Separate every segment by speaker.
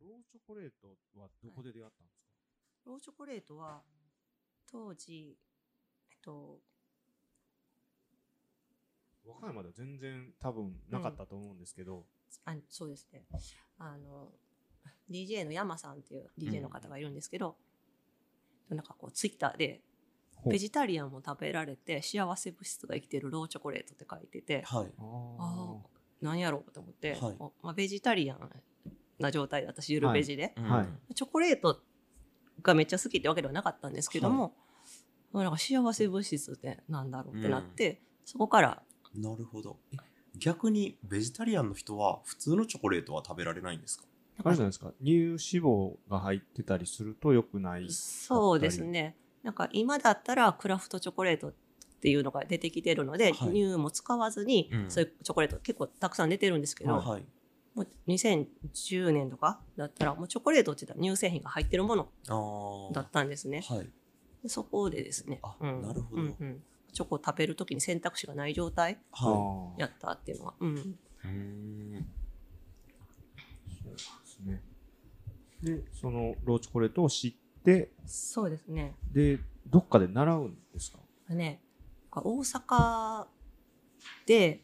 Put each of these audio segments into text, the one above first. Speaker 1: ローチョコレートはどこで出会ったんですか、
Speaker 2: ローチョコレートは、当時、えっと、
Speaker 1: 和歌山では全然多分なかったと思うんですけど、
Speaker 2: あそうですね。あの、DJ の山さんっていう DJ の方がいるんですけど、なんかこう、ツイッターで、
Speaker 1: ほう
Speaker 2: ベジタリアンも食べられて、幸せ物質が生きてるローチョコレートって書いてて、
Speaker 3: はい。
Speaker 2: あ
Speaker 1: あ
Speaker 2: あ、なんやろうと思って、
Speaker 3: はい
Speaker 2: おまあ、ベジタリアンな状態で、私、ゆるベジで、
Speaker 3: うん
Speaker 1: はい
Speaker 2: チョコレートがめっちゃ好きってわけではなかったんですけども、なんか幸せ物質ってなんだろうってなって、そこから
Speaker 3: なるほど。え逆にベジタリアンの人は普通のチョコレートは食べられないんですか
Speaker 1: あれじゃないですか乳脂肪が入ってたりすると良くない
Speaker 2: そうですねなんか今だったらクラフトチョコレートっていうのが出てきてるので、
Speaker 3: はい
Speaker 2: 乳も使わずに、
Speaker 3: うん
Speaker 2: そういうチョコレート結構たくさん出てるんですけど、
Speaker 3: はい。
Speaker 2: もう2010年とかだったらもうチョコレートって言ったら乳製品が入ってるもの
Speaker 3: ああ。
Speaker 2: だったんですね
Speaker 3: はい。
Speaker 2: でそこでですね
Speaker 3: あなるほど
Speaker 2: うんうんチョコを食べるときに選択肢がない状態
Speaker 1: ああ
Speaker 3: は
Speaker 2: やったっていうのは、うん、
Speaker 3: い。うーん。
Speaker 1: そうなんですねでそのローチョコレートを知って
Speaker 2: そうですね
Speaker 1: でどっかで習うんですか
Speaker 2: ね、なんか大阪で、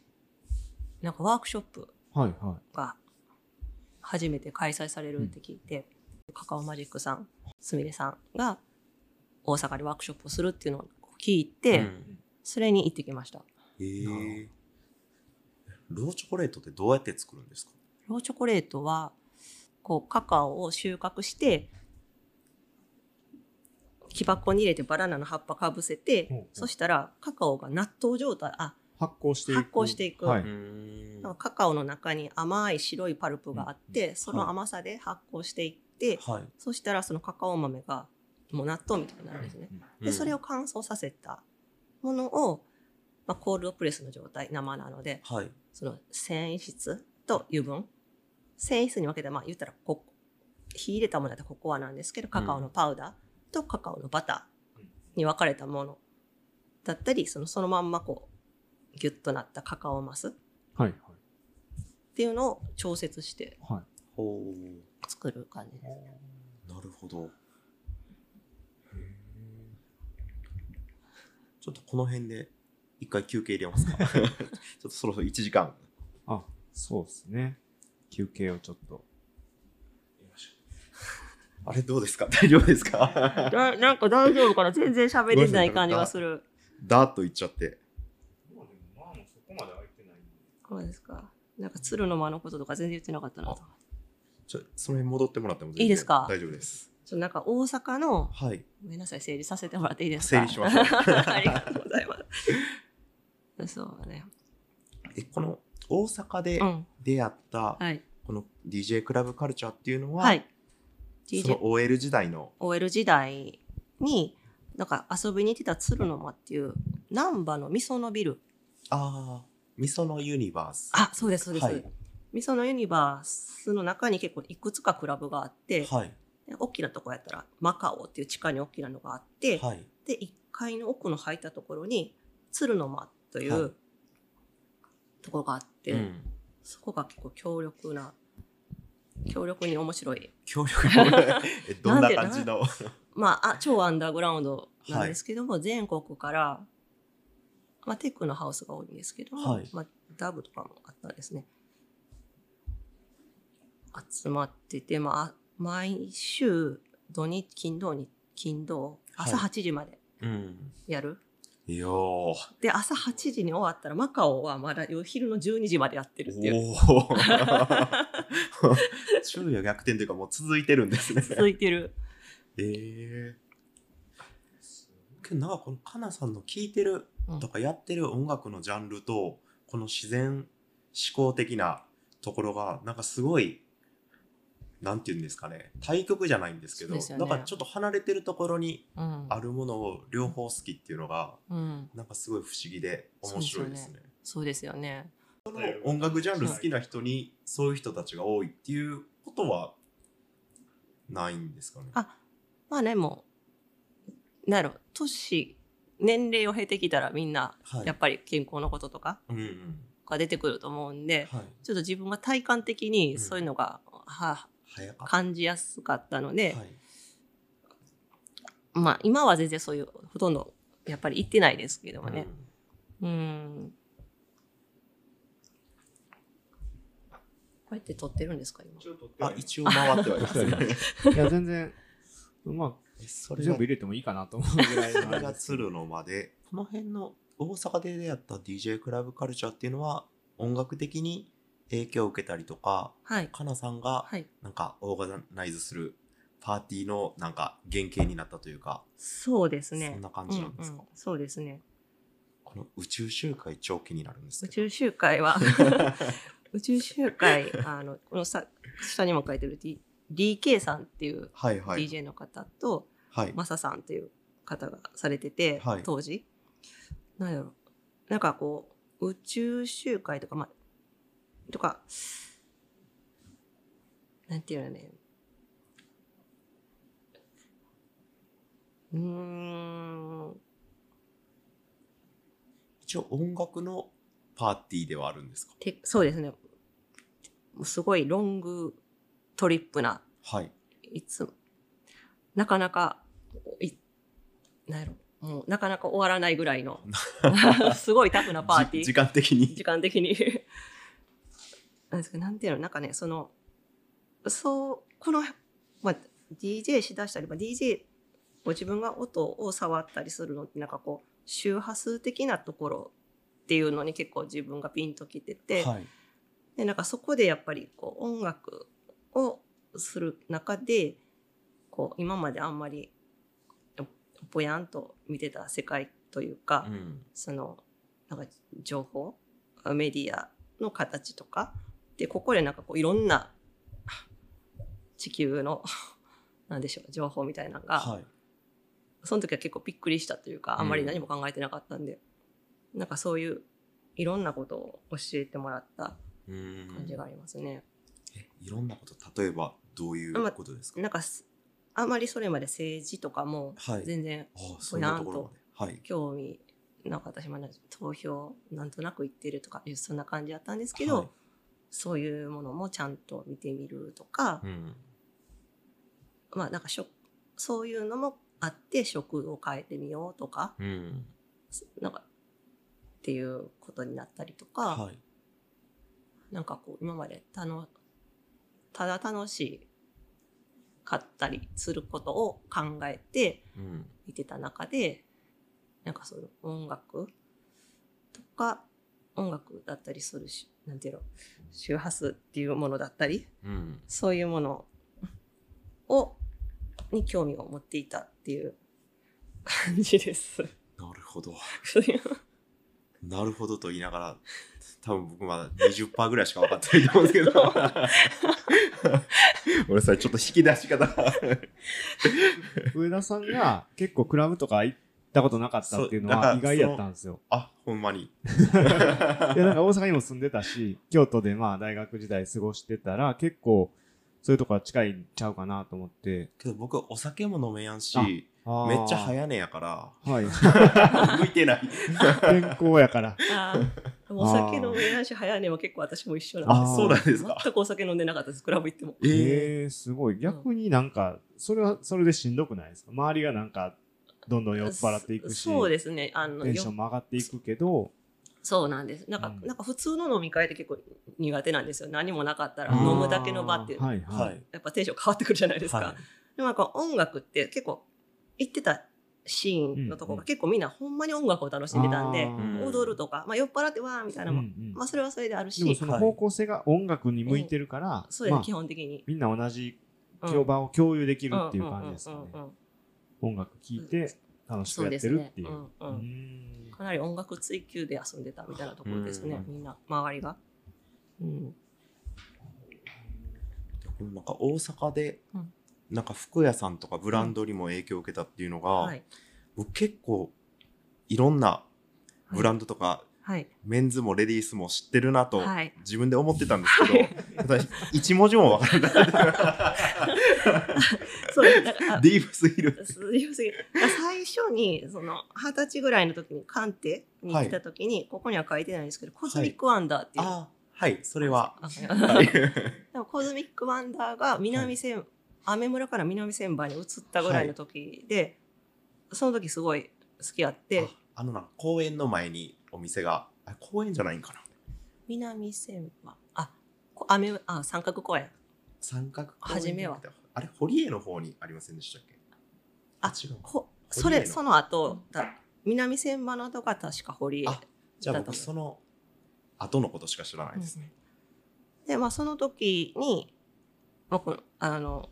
Speaker 2: なんかワークショップ
Speaker 1: はいは
Speaker 2: が初めて開催されるって聞いて、カカオマジックさん、すみれさんが大阪でワークショップをするっていうのを聞いて、
Speaker 3: うん
Speaker 2: それに行ってきました。
Speaker 3: えー。ローチョコレートってどうやって作るんですか
Speaker 2: ローチョコレートは、こう、カカオを収穫して、木箱に入れてバナナの葉っぱかぶせて、
Speaker 1: ほうほう
Speaker 2: そしたらカカオが納豆状態、あ、
Speaker 1: い発酵していく
Speaker 2: 発酵していく
Speaker 1: は
Speaker 3: う
Speaker 1: い、
Speaker 3: ーん
Speaker 2: なん
Speaker 3: は
Speaker 2: かカカオの中に甘い白いパルプがあって、その甘さで発酵していって、
Speaker 3: い。
Speaker 2: そしたらそのカカオ豆がもう納豆みたいになるんですね。
Speaker 3: う
Speaker 2: で
Speaker 3: ん
Speaker 2: それを。乾燥させたものを、まあ、コールドプレスの状態生なので
Speaker 3: はい。
Speaker 2: その繊維質と油分繊維質に分けてまあ言ったらこ火入れたものだったらココアなんですけどカカオのパウダーとカカオのバターに分かれたものだったりそのそのまんまこうギュッとなったカカオマス
Speaker 1: はい
Speaker 2: っていうのを調節して
Speaker 1: はい
Speaker 3: ほ
Speaker 2: 作る感じです
Speaker 1: はい
Speaker 2: ね。
Speaker 3: う。なるほど。ちょっとこの辺で一回休憩入れ ますかちょっとそろそろ1時間。
Speaker 1: あそうですね休憩をちょっと
Speaker 3: あれどうですか 大丈夫ですか
Speaker 2: だなんか大丈夫かな全然喋れない感じがする。
Speaker 3: ダーッといっちゃって。
Speaker 1: まあでもまあもうそこまで空いてないんで
Speaker 2: そうですか。なんか鶴の間のこととか全然言ってなかったなと。
Speaker 3: ちょその辺戻ってもらっても全
Speaker 2: いいですか
Speaker 3: 大丈夫です。
Speaker 2: ちょなんか大阪の、
Speaker 3: はい。
Speaker 2: ごめんなさい、整理させてもらっていいです
Speaker 3: 整
Speaker 2: か
Speaker 3: 理しましょう
Speaker 2: ありがとうございます。そうね。
Speaker 3: でこの大阪で
Speaker 2: うん。
Speaker 3: 出会った
Speaker 2: はい。
Speaker 3: この DJ クラブカルチャーっていうのは、
Speaker 2: はい。
Speaker 3: その OL 時代の
Speaker 2: DJOL 時代に、なんか遊びに行ってた鶴の間っていう、難波のみそのビル。
Speaker 3: ああみそのユニバース
Speaker 2: あ、そうです、そうです。
Speaker 3: はい
Speaker 2: みそのユニバースの中に結構いくつかクラブがあって、
Speaker 3: はい
Speaker 2: で大きなとこやったらマカオっていう地下に大きなのがあって、
Speaker 3: はい
Speaker 2: で1階の奥の入ったところに鶴の間という、
Speaker 3: はい
Speaker 2: ところがあって、
Speaker 3: うん
Speaker 2: そこが結構強力な強力に面白い
Speaker 3: 協力 えどんな感じの
Speaker 2: まああ超アンダーグラウンドなんですけども、全国から、まあ、テックのハウスが多いんですけども、
Speaker 3: はい
Speaker 2: まあ、ダブとかもあったんですね集まってて、まあ、毎週土日金土日金土朝
Speaker 3: は
Speaker 2: 8時まで
Speaker 3: うん
Speaker 2: やる、
Speaker 3: いやーお
Speaker 2: で朝8時に終わったらマカオはまだ夜昼の12時までやってるっていう
Speaker 3: お 昼夜逆転というかもう続いてるんですね
Speaker 2: 続いてる
Speaker 3: ええけどなんかこのかなさんの聴いてるとかやってる音楽のジャンルと、この自然思考的なところがなんかすごいなんて言うんですかね対極じゃないんですけど
Speaker 2: そうですよ
Speaker 3: な
Speaker 2: ね
Speaker 3: んかちょっと離れてるところに
Speaker 2: うん
Speaker 3: あるものを両方好きっていうのが
Speaker 2: うん、
Speaker 3: なんかすごい不思議で面白いですね。
Speaker 2: そうですよね
Speaker 3: 音楽ジャンル好きな人にそういう人たちが多いっていうことはないんですかね。
Speaker 2: あまあねもうなんやろ年年齢を経てきたらみんな
Speaker 3: はい
Speaker 2: やっぱり健康のこととか
Speaker 3: うんうん
Speaker 2: が出てくると思うんで、
Speaker 3: はい
Speaker 2: ちょっと自分が体感的にそういうのが、は
Speaker 3: 早かっ
Speaker 2: 感じやすかったので、
Speaker 3: た。はい。
Speaker 2: まあ今は全然そういうほとんどやっぱり行ってないですけどもね
Speaker 3: う、ん
Speaker 2: うんこれって撮ってるんですか今
Speaker 3: あ、一応回ってはいますね。
Speaker 1: いや、全然、ま
Speaker 3: えそ
Speaker 1: あ、
Speaker 3: れ
Speaker 1: 全
Speaker 3: が
Speaker 1: 部入れてもいいかなと思うぐらい
Speaker 3: そ
Speaker 1: な
Speaker 3: れ
Speaker 1: ん
Speaker 3: が
Speaker 1: です
Speaker 3: 鶴の間で、この辺の大阪で出会った DJ クラブカルチャーっていうのは、音楽的に影響を受けたりとか、
Speaker 2: はい
Speaker 3: かなさんが
Speaker 2: はい
Speaker 3: なんかオーガナイズするパーティーのなんか原型になったというか、
Speaker 2: そうですね
Speaker 3: そんな感じなんですか
Speaker 2: ううそうですね
Speaker 3: この宇宙集会超気になるんです
Speaker 2: 宇
Speaker 3: けど。
Speaker 2: 宙集会は宇宙集会あのこのさ下にも書いてる D- DK さんっていう
Speaker 3: はいはい。
Speaker 2: DJ の方と、
Speaker 3: はい。
Speaker 2: マサさんという方がされてて、
Speaker 3: はい
Speaker 2: 当時なんやろなんかこう宇宙集会とかまあとかなんていうのねうーん
Speaker 3: 一応音楽のパーティーではあるんですか
Speaker 2: てそうですねすごいロングトリップな
Speaker 3: はい。
Speaker 2: いつもなかなかいなんやろもうなかなか終わらないぐらい のすごいタフなパーティー
Speaker 3: じ時間的に。
Speaker 2: 時間的に なんですけどなんていうのなんかねそのそうこの、まあ、DJ しだしたり、まあ、DJ を自分が音を触ったりするのってなんかこう周波数的なところっていうのに結構自分がピンときてて、
Speaker 3: はい。
Speaker 2: でなんかそこでやっぱりこう音楽をする中でこう今まであんまりぼやんと見てた世界というか、
Speaker 3: うん。
Speaker 2: そのなんか情報メディアの形とかでここでなんかこういろんな地球の なんでしょう情報みたいなのが、
Speaker 3: はい。
Speaker 2: その時は結構びっくりしたというかあんまり何も考えてなかったんで、なんかそういういろんなことを教えてもらった
Speaker 3: う
Speaker 2: 感じ
Speaker 3: ん
Speaker 2: が。ありますね。
Speaker 3: えいろんなこと、例えばどういうことですか
Speaker 2: なんかすあまりそれまで政治とかも
Speaker 3: はい
Speaker 2: 全然
Speaker 3: ああ、そんなところまで。はい。
Speaker 2: 興味なかったし、まだ投票なんとなく行ってるとかいうそんな感じだったんですけど、
Speaker 3: はい
Speaker 2: そういうものもちゃんと見てみるとか、
Speaker 3: うん。
Speaker 2: まあなんかしょそういうのもあって食を変えてみようとか、
Speaker 3: うん。
Speaker 2: なんかっていうことになったりとか、
Speaker 3: はい。
Speaker 2: なんかこう今までたのただ楽しかったりすることを考えて
Speaker 3: うん。
Speaker 2: 見てた中でなんかその音楽とか音楽だったりするしなんていうの周波数っていうものだったり
Speaker 3: うん。
Speaker 2: そういうものをに興味を持っていたっていう感じです。
Speaker 3: なるほど。
Speaker 2: そういう
Speaker 3: なるほどと言いながら、多分僕まだ20%ぐらいしか分かってないと思うんですけ ど。俺さ、ちょっと引き出し方が。
Speaker 1: 上田さんが結構クラブとか行ったことなかったっていうの
Speaker 3: そうだ
Speaker 1: は
Speaker 3: か
Speaker 1: 意
Speaker 3: ら
Speaker 1: 外やったんですよ。
Speaker 3: あ、ほんまに。
Speaker 1: いやなんか大阪にも住んでたし、京都でまあ大学時代過ごしてたら、結構そういうとこは近いんちゃうかなと思って。
Speaker 3: けど僕、お酒も飲めやんし
Speaker 1: あ、
Speaker 3: めっちゃ
Speaker 1: い。
Speaker 3: 早寝やから、
Speaker 1: はい。
Speaker 3: 向いてない。
Speaker 1: 健康やから。
Speaker 2: あ ーお酒飲めないし早寝も結構私も一緒なん
Speaker 3: あ
Speaker 2: で、
Speaker 1: ー
Speaker 3: そうなんです
Speaker 2: す
Speaker 3: か。
Speaker 2: 全くお酒飲んでなかったですクラブ行っても。
Speaker 3: ええ
Speaker 1: えー、すごい。逆になんか、それはそれでしんどくないですか周りがなんか、どんどん酔っ払っていくし、
Speaker 2: そうですねあの
Speaker 1: テンションも上がっていくけど、
Speaker 2: そうなんです。なんか、
Speaker 1: うん
Speaker 2: なんか普通の飲み会って結構苦手なんですよ。何もなかったら
Speaker 1: あー
Speaker 2: 飲むだけの場っていう、
Speaker 1: はい
Speaker 3: は
Speaker 1: はいい。。
Speaker 2: やっぱテンション変わってくるじゃないですか。
Speaker 3: は
Speaker 2: でもなんか音楽って結構行ってたシーンのとこ
Speaker 1: うん
Speaker 2: ろ
Speaker 1: う
Speaker 2: が結構みんなほんまに音楽を楽しんでたんで、
Speaker 1: あー
Speaker 2: 踊るとか、まあ、酔っ払ってわーみたいなの
Speaker 1: う
Speaker 2: も、
Speaker 1: んうん
Speaker 2: まあそれはそれであるし、
Speaker 1: でもその
Speaker 3: はい
Speaker 1: 方向性が音楽に向いてるから、
Speaker 2: そうですね、
Speaker 1: まあ
Speaker 2: 基、本的に。
Speaker 1: みんな同じ
Speaker 2: うん
Speaker 1: 競場を共有できるっていう感じですかね
Speaker 2: うんうん。うんうんうん
Speaker 1: 音楽聴いて楽し
Speaker 2: そ
Speaker 1: く
Speaker 2: う
Speaker 1: や
Speaker 2: で
Speaker 1: って
Speaker 2: す
Speaker 1: る
Speaker 2: ね
Speaker 1: っていう。
Speaker 2: う
Speaker 1: うん
Speaker 2: うん
Speaker 1: ん
Speaker 2: かなり音楽追求で遊んでたみたいなところですね、
Speaker 3: うん
Speaker 2: みんな、周りが。うん、
Speaker 3: い。なんか大阪で
Speaker 2: うん、
Speaker 3: なんか服屋さんとかブランドにも影響を受けたっていうのが
Speaker 2: は、い。
Speaker 3: 僕結構、いろんなブランドとか、
Speaker 2: はい。
Speaker 3: メンズもレディースも知ってるなと
Speaker 2: はい
Speaker 3: 自分で思ってたんですけど、一文字もわからなか った
Speaker 2: そうです。だから
Speaker 3: ディープすぎる。
Speaker 2: すいません最初にその二十歳ぐらいの時に鑑定に来た時に、ここには書いてないんですけど、コズミックワンダーっていう、
Speaker 3: あ、はい、それは。
Speaker 2: あ
Speaker 3: はい
Speaker 2: でもコズミックワンダーが南千、雨村から南千葉に移ったぐらいの時で、その時すごい好きやって
Speaker 3: ああのな、公園の前にお店が、あ公園じゃないんかな。
Speaker 2: 南千葉あこ雨あ三角公園
Speaker 3: 三角公園
Speaker 2: 初めは。
Speaker 3: あれ、堀江の方にありませんでしたっけ
Speaker 2: あ
Speaker 3: 違う。
Speaker 2: こ
Speaker 3: 江の
Speaker 2: それその後だ南千葉のとか確か堀江
Speaker 3: あじゃあ
Speaker 2: だと
Speaker 3: 僕、その後のことしか知らないですね。
Speaker 2: でまあその時に僕あの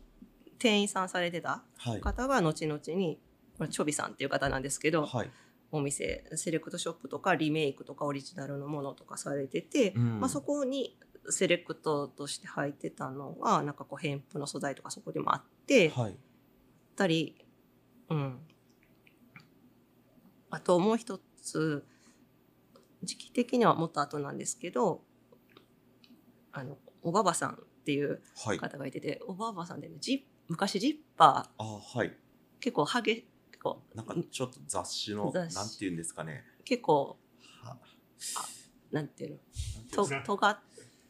Speaker 2: 店員さんされてた
Speaker 3: はい。
Speaker 2: 方が後々にこれチョビさんっていう方なんですけど、
Speaker 3: はい。
Speaker 2: お店セレクトショップとかリメイクとかオリジナルのものとかされてて、
Speaker 3: うん
Speaker 2: まあ、そこにセレクトとして入ってたのがなんかこう偏布の素材とかそこでもあって、
Speaker 3: はい。
Speaker 2: たり、うん、あともう一つ時期的にはもっと後なんですけどあのおばばさんっていう
Speaker 3: はい。
Speaker 2: 方がいてておばばさんで、ね、ジッ昔ジッパ
Speaker 3: あはい。
Speaker 2: ー結構激結構
Speaker 3: なんかちょっと雑誌の、なん
Speaker 2: 雑誌
Speaker 3: ていうんですかね。
Speaker 2: 結構
Speaker 3: は
Speaker 2: なんていうの
Speaker 1: う
Speaker 2: と
Speaker 1: ん
Speaker 2: 尖っ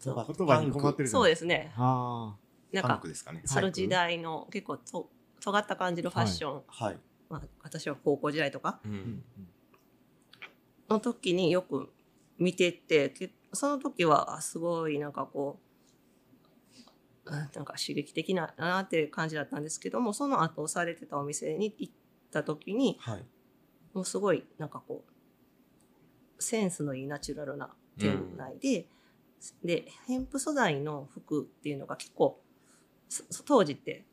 Speaker 3: 言
Speaker 1: 言葉に困ってるじゃ
Speaker 2: そ
Speaker 1: な
Speaker 2: う
Speaker 1: い
Speaker 2: ですね
Speaker 1: あ
Speaker 2: なん
Speaker 3: パン
Speaker 2: か
Speaker 3: クですかね。
Speaker 2: その時代の結構と尖った感じのファッション、
Speaker 3: はい。
Speaker 2: まあ、私は高校時代とか
Speaker 3: う
Speaker 1: ー、
Speaker 3: ん。
Speaker 2: の時によく見ててけその時はあすごいなんかこううんなんか刺激的ななっていう感じだったんですけどもその後されてたお店に行った時に
Speaker 3: はい。
Speaker 2: もうすごいなんかこうセンスのいいナチュラルな店内で、でヘンプ素材の服っていうのが結構そそ当時って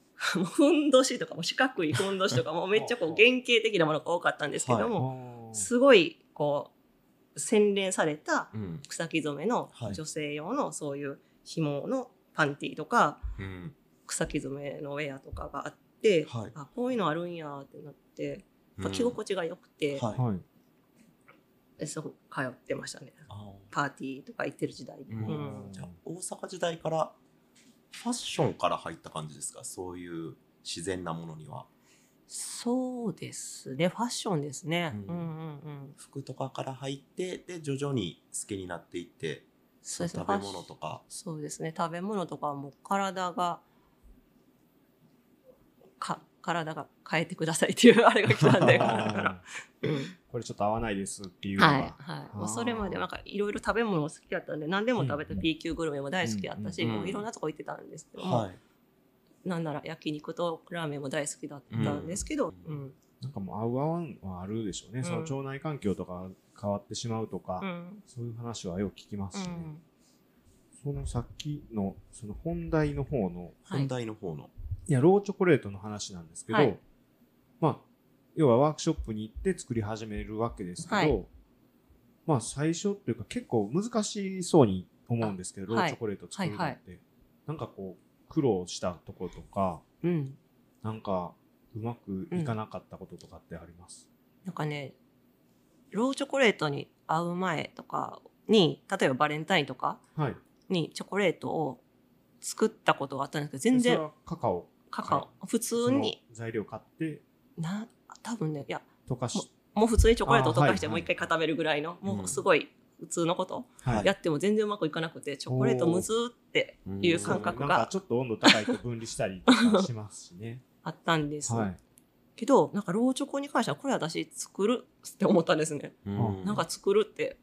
Speaker 2: もうふんどしとかもう四角いふんどしとかもうめっちゃこう原型的なものが多かったんですけども、
Speaker 1: あ
Speaker 2: すごいこう洗練された
Speaker 3: うん。
Speaker 2: 草木染めの
Speaker 3: はい
Speaker 2: 女性用のそういう紐のパンティとか
Speaker 3: うん。
Speaker 2: 草木染めのウェアとかがあって、
Speaker 3: はい
Speaker 2: あこういうのあるんやってなってやっぱ着
Speaker 3: うん
Speaker 2: 心地が良くて、
Speaker 3: はい。
Speaker 1: はい
Speaker 2: でそこ通ってましたね
Speaker 3: あ
Speaker 2: パーティーとか行ってる時代に、
Speaker 3: うん
Speaker 2: うん
Speaker 3: じゃあ大阪時代からファッションから入った感じですかそういう自然なものには
Speaker 2: そうですねファッションですね、
Speaker 3: う
Speaker 2: うんん、うんうん
Speaker 3: 服とかから入ってで徐々に好きになっていって
Speaker 2: そうですね
Speaker 3: 食べ物とか
Speaker 2: そうですね食べ物とかはもう体がか体が変えてくださいっていうあれが来たん で体から、
Speaker 1: あ
Speaker 2: うん
Speaker 1: ーこれちょっと合わないですっていうのが、
Speaker 2: はいはい、もうそれまでなんかいろいろ食べ物も好きだったんで何でも食べ
Speaker 1: う
Speaker 2: て
Speaker 1: んうん
Speaker 2: B 級グルメも大好きだったし、
Speaker 3: うんうん
Speaker 2: もういろんなとこ行ってたんですけども、
Speaker 3: はい
Speaker 2: なんなら焼肉とラーメンも大好きだったんですけど、
Speaker 3: う
Speaker 2: うんん
Speaker 1: なんかもう合う合わんはあるでしょうね、
Speaker 2: うん
Speaker 1: その腸内環境とか変わってしまうとか、
Speaker 2: うん
Speaker 1: そういう話はよく聞きま
Speaker 2: う
Speaker 1: すね、
Speaker 2: ん
Speaker 1: そのさっきのその本題の方の
Speaker 2: はい
Speaker 3: 本題の方の、
Speaker 1: いやローチョコレートの話なんですけど、
Speaker 2: はい
Speaker 1: まあ要はワークショップに行って作り始めるわけですけど、
Speaker 2: はい
Speaker 1: まあ最初っていうか結構難しそうに思うんですけどロ
Speaker 2: あは
Speaker 1: ー
Speaker 2: い
Speaker 1: チョコレート作るのって、
Speaker 2: はい
Speaker 1: なんかこう苦労したとことか
Speaker 2: うん
Speaker 1: なんかうまくいかなかったこととかってあります、
Speaker 2: なんかねローチョコレートに会う前とかに例えばバレンタインとか
Speaker 1: はい
Speaker 2: にチョコレートを作ったことがあったんですけど全
Speaker 1: でそれ
Speaker 2: 然
Speaker 1: はカカオ
Speaker 2: カカオ、
Speaker 1: は
Speaker 2: 普通に
Speaker 1: その材料買って
Speaker 2: な多分ねいや
Speaker 1: 溶かし
Speaker 2: もう普通にチョコレートを溶かし
Speaker 1: あ
Speaker 2: て
Speaker 1: ー
Speaker 2: も
Speaker 1: は
Speaker 2: う
Speaker 1: い
Speaker 2: 一回固めるぐらいの、
Speaker 3: うん
Speaker 2: もうすごい普通のこと、
Speaker 1: はい
Speaker 3: はい
Speaker 2: やっても全然うまくいかなくてチョコレートむずーっていう感覚
Speaker 1: なんか
Speaker 2: が
Speaker 1: ちょっと温度高いと分離したりとかしますし ね
Speaker 2: あったんです、
Speaker 1: はい
Speaker 2: けどなんかローチョコに関してはこれ私作るって思ったんですね、
Speaker 1: ん
Speaker 2: なんか作るって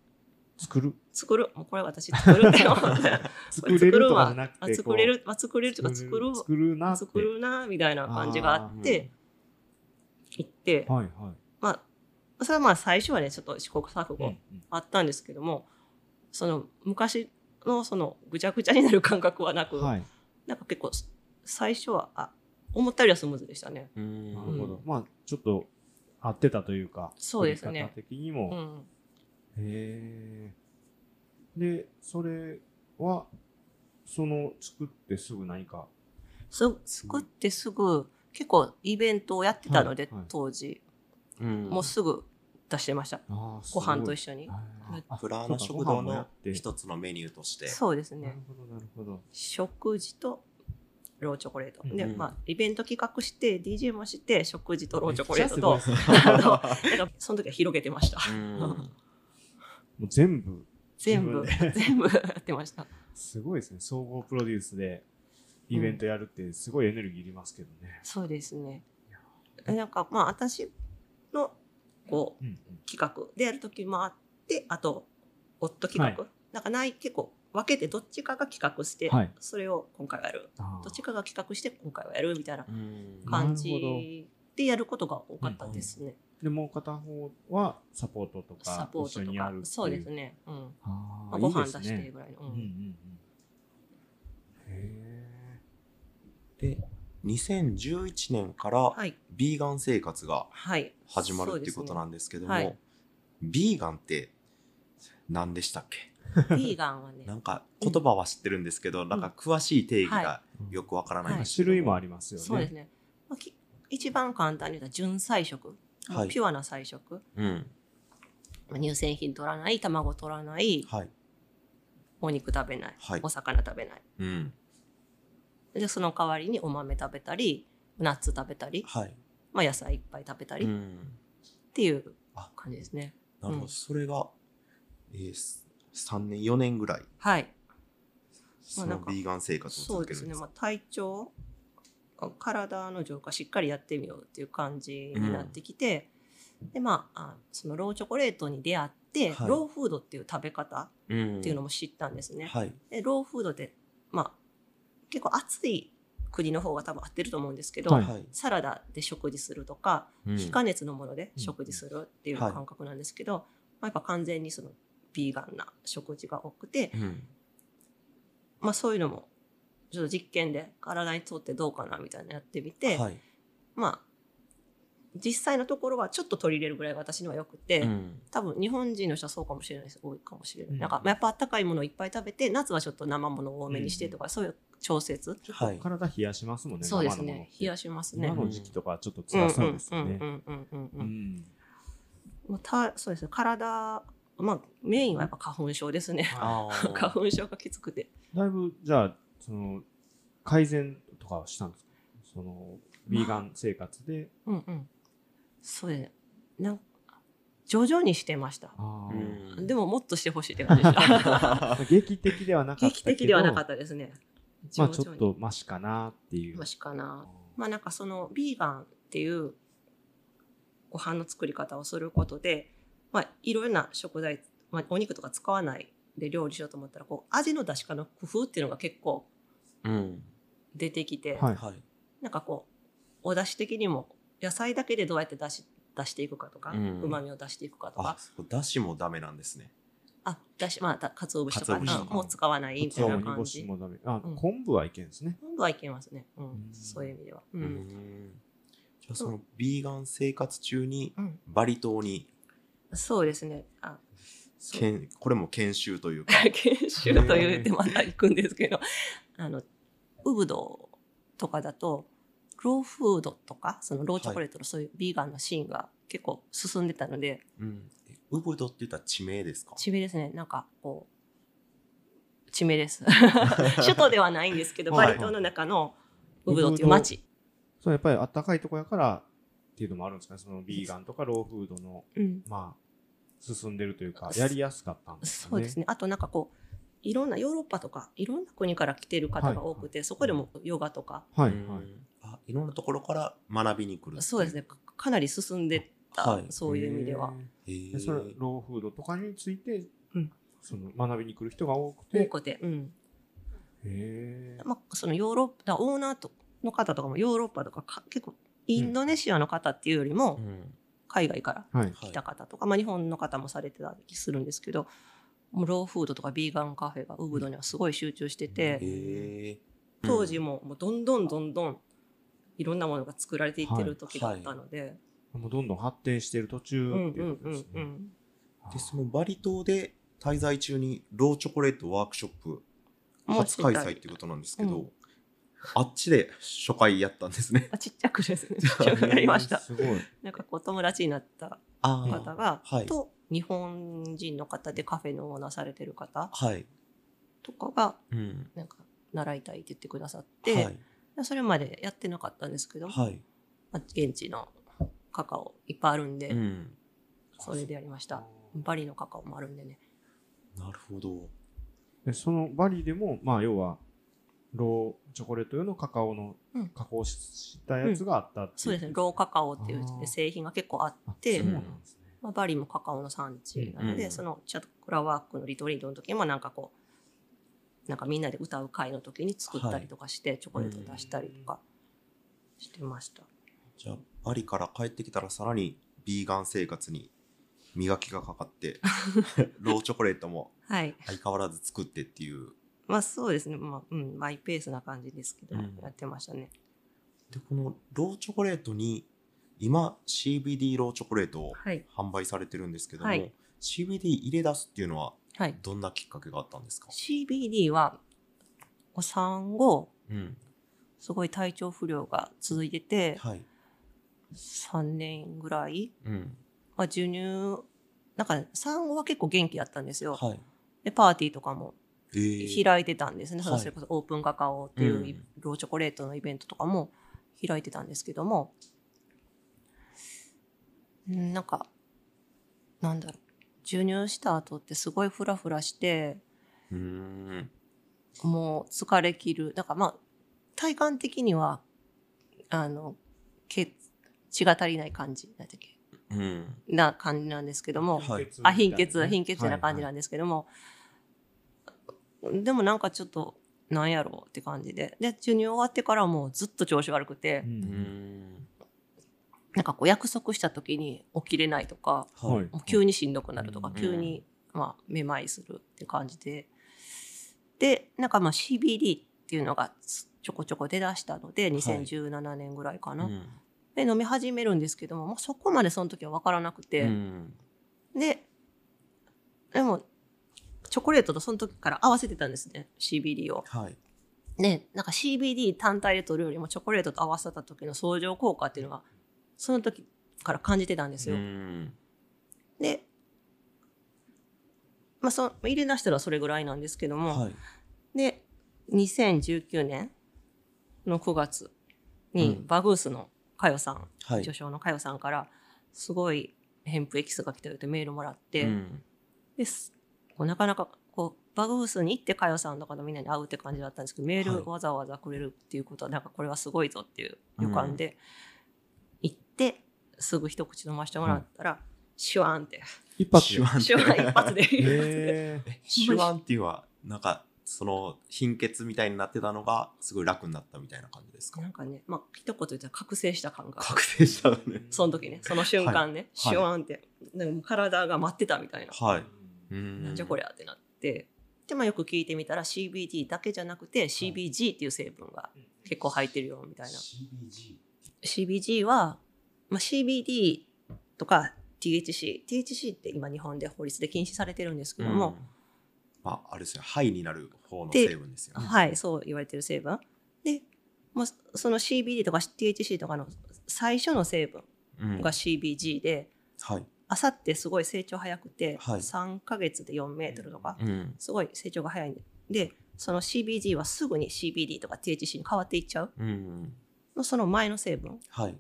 Speaker 1: 作る
Speaker 2: 作るもうこれ私作るって思って
Speaker 1: 作れるとかじゃ
Speaker 2: は
Speaker 1: なく
Speaker 2: あ
Speaker 1: て
Speaker 2: 作れる、まあ、作れるというか作る
Speaker 1: 作るなって
Speaker 2: 作るなみたいな感じがあって行って、
Speaker 1: はいはい、
Speaker 2: まあそれはまあ最初はねちょっと試行錯
Speaker 1: うんう
Speaker 2: 誤
Speaker 1: ん
Speaker 2: あったんですけども、その昔のそのぐちゃぐちゃになる感覚はなく、
Speaker 1: はい
Speaker 2: なんか結構最初はあ思ったよりはスムーズでしたね。
Speaker 3: うん
Speaker 1: なるほど、
Speaker 2: うん
Speaker 1: まあちょっと合ってたというか
Speaker 2: そうですね
Speaker 1: 作り方的に
Speaker 2: う
Speaker 1: も、
Speaker 2: ん、
Speaker 1: へえでそれはその作ってすぐ何か
Speaker 2: す作ってすぐ結構イベントをやってたので、
Speaker 1: はいはい
Speaker 2: 当時、
Speaker 3: うん
Speaker 2: もうすぐ出してました
Speaker 1: あ
Speaker 2: ご飯と一
Speaker 1: 緒
Speaker 2: 緒に。
Speaker 3: プラーナ食堂の
Speaker 1: 人
Speaker 3: 一つのメニューとして
Speaker 2: そうです
Speaker 1: な
Speaker 2: ね
Speaker 1: るほどなるほど
Speaker 2: 食事とローチョコレート、で
Speaker 3: うん
Speaker 2: まあイベント企画して DJ もして食事とローチョコレート
Speaker 1: め
Speaker 2: と
Speaker 1: っちゃすごいですね
Speaker 2: あのなんかその時は広げてました。
Speaker 3: うん
Speaker 1: もう全部
Speaker 2: 全部
Speaker 1: 自分
Speaker 2: 全部やってました
Speaker 1: すごいですね。総合プロデュースでイベントやるってすごいエネルギーいりますけどね。
Speaker 2: そうですねえなんかまあ私のこう
Speaker 1: うん
Speaker 2: 企画でやる時もあってあと夫企画、なんかない結構分けてどっちかが企画して、
Speaker 1: はい
Speaker 2: それを今回はやる
Speaker 1: あー
Speaker 2: どっちかが企画して今回はやるみたいな
Speaker 3: うん
Speaker 1: ま
Speaker 2: 感
Speaker 1: なるほ
Speaker 2: じでやることが多かったですね、
Speaker 1: でもう片方はサポートと
Speaker 2: サ
Speaker 1: か
Speaker 2: ポ
Speaker 1: 一緒
Speaker 2: ート
Speaker 1: に
Speaker 2: と
Speaker 1: や
Speaker 2: か
Speaker 1: るっていう。
Speaker 2: そうですね、うん
Speaker 1: あ
Speaker 2: ま
Speaker 1: ー。
Speaker 2: あ、ご
Speaker 1: いい
Speaker 2: 飯
Speaker 1: です
Speaker 2: 出して
Speaker 1: ね。
Speaker 2: ぐらいの、う
Speaker 1: うんんうんうん。へ
Speaker 3: で2011年から
Speaker 2: はい
Speaker 3: ビーガン生活が
Speaker 2: はい
Speaker 3: 始まるっていうことなんですけども、
Speaker 2: そうですね
Speaker 3: ビーガンって何でしたっけ
Speaker 2: そうですねヴィーガンはね
Speaker 3: なんか言葉は知ってるんですけど、なんか詳しい定義が
Speaker 1: え。
Speaker 3: よくわからないん
Speaker 1: ま
Speaker 3: で
Speaker 1: あ
Speaker 3: すけ
Speaker 1: 種
Speaker 3: ど
Speaker 1: 類もありますよね。
Speaker 2: そうですね、まあ、き一番簡単に言うと純菜食、
Speaker 3: はい
Speaker 2: ピュアな菜食
Speaker 3: うん
Speaker 2: まあ乳製品取らない卵取らない
Speaker 3: はい
Speaker 2: お肉食べない、
Speaker 3: はい
Speaker 2: お魚食べない
Speaker 3: うん
Speaker 2: でその代わりにお豆食べたりナッツ食べたり、
Speaker 3: はい
Speaker 2: まあ、野菜いっぱい食べたり
Speaker 3: う
Speaker 2: っ
Speaker 3: ん
Speaker 2: ていう
Speaker 3: あ
Speaker 2: 感じですね、
Speaker 3: なるほど、
Speaker 2: うん
Speaker 3: それが、えー、3年4年ぐらい
Speaker 2: はい
Speaker 3: そのビーガン生活を
Speaker 2: そうで
Speaker 3: 続ける
Speaker 2: す
Speaker 3: んで
Speaker 2: ね、
Speaker 3: す
Speaker 2: ま
Speaker 3: か
Speaker 2: あ、体調あ体の浄化しっかりやってみようっていう感じになってきて、でまああそのローチョコレートに出会って、
Speaker 3: はい
Speaker 2: ローフードっていう食べ方
Speaker 3: うん
Speaker 2: っていうのも知ったんですね、
Speaker 3: はい
Speaker 2: でローフードってまあ結構暑い国の方が多分合ってると思うんですけど、
Speaker 1: はい
Speaker 3: はい
Speaker 2: サラダで食事するとか、
Speaker 3: うん
Speaker 2: 非加熱のもので食事するっていう
Speaker 3: はい
Speaker 2: 感覚なんですけど、まあ、やっぱ完全にそのビーガンな食事が多くて、
Speaker 3: うん
Speaker 2: まあ、そういうのもちょっと実験で体にとってどうかなみたいなのやってみて、
Speaker 3: はい
Speaker 2: まあ実際のところはちょっと取り入れるぐらいが私にはよくて、
Speaker 3: うん
Speaker 2: 多分日本人の人はそうかもしれないです多いかもしれない、
Speaker 1: うん
Speaker 2: なんかまあやっぱあったかいものをいっぱい食べて夏はちょっと生ものを多めにしてとか、そういう調節、
Speaker 3: はい
Speaker 1: 体冷やしますもんね。
Speaker 2: そうです
Speaker 1: 生のものっ
Speaker 2: ね
Speaker 1: て
Speaker 2: 冷やしますね
Speaker 1: 今の時期とかちょっと辛そうですよね。うん
Speaker 2: まあたそうですね体まあメインはやっぱ花粉症ですね
Speaker 3: あ ー
Speaker 2: 花粉症がきつくて
Speaker 1: だいぶじゃあその改善とかはしたんですかそのビーガン生活で、
Speaker 2: うんうんそうですねなん徐々にしてました
Speaker 1: あー
Speaker 3: うん
Speaker 2: でももっとしてほしいって感じでした
Speaker 1: 劇的ではなかったけ
Speaker 2: 劇
Speaker 1: ど
Speaker 2: 的ではなかったですね
Speaker 1: まあちょっ
Speaker 2: に
Speaker 1: とマシかなっていう
Speaker 2: マシかな
Speaker 1: あ
Speaker 2: まあなんかそのビーガンっていうご飯の作り方をすることで、まあ、いろいろな食材、まあ、お肉とか使わないで料理しようと思ったらこう味の出し方の工夫っていうのが結構
Speaker 3: うん
Speaker 2: 出てきて、
Speaker 1: はい
Speaker 3: はい
Speaker 2: なんかこうお出汁的にも野菜だけでどうやって出し出していくかとか
Speaker 3: うん
Speaker 2: うま、みを出していくかと
Speaker 3: あ
Speaker 2: か
Speaker 3: だしもダメなんですね
Speaker 2: あだしまあたかつお節とか
Speaker 3: 鰹節とか
Speaker 2: うんもう使わないみたい
Speaker 1: そう
Speaker 2: な
Speaker 1: 煮
Speaker 2: 感
Speaker 1: 干
Speaker 2: じ
Speaker 1: しもダメあ、
Speaker 2: うん
Speaker 1: 昆布はいけんですね
Speaker 2: 今度はいけますね、うん
Speaker 1: うん
Speaker 2: そういう意味では、う
Speaker 3: うんんじゃあそのビーガン生活中に
Speaker 2: うん
Speaker 3: バリ島に
Speaker 2: そうですねあそう
Speaker 3: けんこれも研修というか
Speaker 2: 研修というてまた行くんですけど、あの、ウブドとかだと、ローフードとか、そのローチョコレートのそういうビーガンのシーンが結構進んでたので、
Speaker 3: うんえウブドって言ったら地名ですか
Speaker 2: 地名ですね、なんかこう、地名 です。首都ではないんですけど、
Speaker 3: はい
Speaker 2: バリ島の中のウブドっていう町。
Speaker 1: そうやっぱりあったかいとこやからっていうのもあるんですかねそのビーガンとかローフードの
Speaker 2: うん
Speaker 1: まあ進んでるというかやりやすかったんですかね
Speaker 2: そうですね。あとなんかこう、いろんなヨーロッパとか、いろんな国から来てる方が多くて、そこでもヨガとか、
Speaker 1: はい、
Speaker 3: うん
Speaker 1: はい、
Speaker 3: あいろんなところから学びに来る
Speaker 2: そうですね、かかなり進んでた、
Speaker 3: はい
Speaker 2: そういう意味では。
Speaker 3: へ
Speaker 1: へー
Speaker 3: ー
Speaker 1: でそれローフードとかについて、
Speaker 2: うん
Speaker 1: その学びに来る人が多く
Speaker 2: 多
Speaker 1: て
Speaker 2: くて、うん
Speaker 1: へー
Speaker 2: まあ、そのヨーロッパオーナーとの方とかもヨーロッパとかか結構インドネシアの方っていうよりも
Speaker 3: うん
Speaker 2: 海外から
Speaker 1: はい
Speaker 3: は
Speaker 2: 来
Speaker 3: い
Speaker 2: た方とか、まあ、日本の方もされてたりするんですけどもうローフードとかビーガンカフェがウブドにはすごい集中して
Speaker 1: へ
Speaker 2: て、
Speaker 3: へー
Speaker 2: 当時ももうどんどんどんどんいろんなものが作られていってる時だったので、
Speaker 1: もうどんどん発展してる途中
Speaker 2: うん
Speaker 1: って
Speaker 2: う
Speaker 1: い
Speaker 2: ん
Speaker 1: うこと
Speaker 2: う
Speaker 1: です
Speaker 2: ん
Speaker 1: ね
Speaker 2: うん
Speaker 1: あー
Speaker 3: でそのバリ島で滞在中にローチョコレートワークショップ初開催っていうことなんですけど、
Speaker 2: うん
Speaker 3: あっちで初回やったんですね
Speaker 2: あちっちゃくですね やり まし
Speaker 1: へー
Speaker 2: た
Speaker 1: すごい
Speaker 2: なんかこう友達になった
Speaker 3: あー
Speaker 2: 方が、
Speaker 3: はい
Speaker 2: と日本人の方でカフェのオーナーされてる方
Speaker 3: はい、
Speaker 2: とかが
Speaker 3: うん
Speaker 2: なんか習いたいって言ってくださって、
Speaker 3: はい
Speaker 2: それまでやってなかったんですけど、
Speaker 3: はい
Speaker 2: まあ現地のカカオいっぱいあるんで、
Speaker 3: うん
Speaker 2: それでやりましたバリのカカオもあるんでね
Speaker 3: なるほど。
Speaker 1: でそのバリでも、まあ、要はローチョコレート用のカカオの
Speaker 2: うん
Speaker 1: 加工したやつがあったっていう、
Speaker 2: そうですね、ローカカオってい
Speaker 1: あー
Speaker 2: う製品が結構あっ
Speaker 1: あ
Speaker 2: て、
Speaker 1: そうなんですね、
Speaker 2: まあ、バリもカカオの産地なので、
Speaker 3: うん
Speaker 2: そのチャクラワークのリトリートの時もなんかこうなんかみんなで歌う会の時に作ったりとかして、チョコレート出したりとかしてました、
Speaker 3: じゃあ、バリから帰ってきたらさらにビーガン生活に磨きがか かって、ローチョコレートも
Speaker 2: はい
Speaker 3: 相変わらず作ってっていう。
Speaker 2: まあそうですねまあ、うん、マイペースな感じですけど、
Speaker 3: うん
Speaker 2: やってましたね
Speaker 3: で、このローチョコレートに、今 CBD ローチョコレートを
Speaker 2: はい
Speaker 3: 販売されてるんですけども、
Speaker 2: はい
Speaker 3: CBD 入れ出すっていうのは
Speaker 2: はい
Speaker 3: どんなきっかけがあったんですか
Speaker 2: CBD はお産後
Speaker 3: うん。
Speaker 2: すごい体調不良が続いてて
Speaker 3: はい。
Speaker 2: 3年ぐらい、
Speaker 3: うん。
Speaker 2: まあ、授乳なんか産後は結構元気だったんですよ、
Speaker 3: はい。
Speaker 2: でパーティーとかも
Speaker 3: えー、
Speaker 2: 開いてたんですね、その
Speaker 3: はい
Speaker 2: それこそオープンカカオっていう、
Speaker 3: うん
Speaker 2: ローチョコレートのイベントとかも開いてたんですけどもうんなんかなんだろう授乳した後ってすごいフラフラして
Speaker 3: うーん。
Speaker 2: もう疲れ切るだからまあ体感的にはあの血血が足りない感じなんだっけ
Speaker 3: うん。
Speaker 2: な感じなんですけども、
Speaker 3: はい
Speaker 2: あ貧血貧血な感じなん
Speaker 1: で
Speaker 2: ですけども、でもなんかちょっとなんやろうって感じでで授乳終わってからもうずっと調子悪くて、
Speaker 1: うん
Speaker 3: うーん。
Speaker 2: なんかこう約束した時に起きれないとか
Speaker 1: はい
Speaker 2: もう急にしんどくなるとか、
Speaker 1: うん
Speaker 2: 急に、まあ、めまいするって感じででなんかまあ CBD っていうのがちょこちょこ出だしたので2017年ぐらいかな、
Speaker 3: うん
Speaker 2: で飲み始めるんですけども、まあ、そこまでその時は分からなくて。
Speaker 3: うん。
Speaker 2: ででもチョコレートとその時から合わせてたんですね CBD を。
Speaker 3: はい。
Speaker 2: ねなんか CBD 単体で取るよりもチョコレートと合わせた時の相乗効果っていうのがその時から感じてたんです
Speaker 3: う
Speaker 2: よ。
Speaker 3: ん。
Speaker 2: で、まあ、そ入れ出したのはそれぐらいなんですけども、
Speaker 3: はい。
Speaker 2: で2019年の9月に
Speaker 3: うん
Speaker 2: バグースの佳代さん、
Speaker 3: はい。
Speaker 2: 巨匠の佳代さんからすごい偏賦エキスが来たよってメールもらって。
Speaker 3: うん
Speaker 2: です。こうなかなかこうバグースに行って佳代さんとかのみんなに会うって感じだったんですけどメー
Speaker 3: はい
Speaker 2: ルわざわざくれるっていうことはなんかこれはすごいぞっていう予感で行ってすぐ一口飲ませてもらったらシュワーンって
Speaker 1: 一発
Speaker 3: 手腕って
Speaker 2: シュワーン一発で一発で
Speaker 1: えー
Speaker 3: 手腕っていうのはなんかその貧血みたいになってたのがすごい楽になったみたいな感じですか
Speaker 2: なんかねまあ一言言ったら覚醒した感が
Speaker 3: 覚醒したのね
Speaker 2: その時ねその瞬間ね
Speaker 3: はい
Speaker 2: シュワーンってなんかもう体が待ってたみたいな
Speaker 3: はい
Speaker 2: なんじゃこりゃってなってでまあよく聞いてみたら CBD だけじゃなくて CBG っていう成分が結構入ってるよみたいな
Speaker 3: CBG
Speaker 2: CBG は、まあ、CBD とか THC THC って今日本で法律で禁止されてるんですけども、
Speaker 3: まああれですよ肺になる方の成分ですよね
Speaker 2: はいそう言われてる成分で、まあ、その CBD とか THC とかの最初の成分
Speaker 3: うん
Speaker 2: が CBG で、
Speaker 3: はい
Speaker 2: あさってすごい成長早くて、
Speaker 3: はい
Speaker 2: 3ヶ月で4メートルとか、
Speaker 3: うん
Speaker 2: すごい成長が早いんででその CBG はすぐに CBD とか THC に変わっていっちゃう
Speaker 3: うん
Speaker 2: まあその前の成分
Speaker 3: はい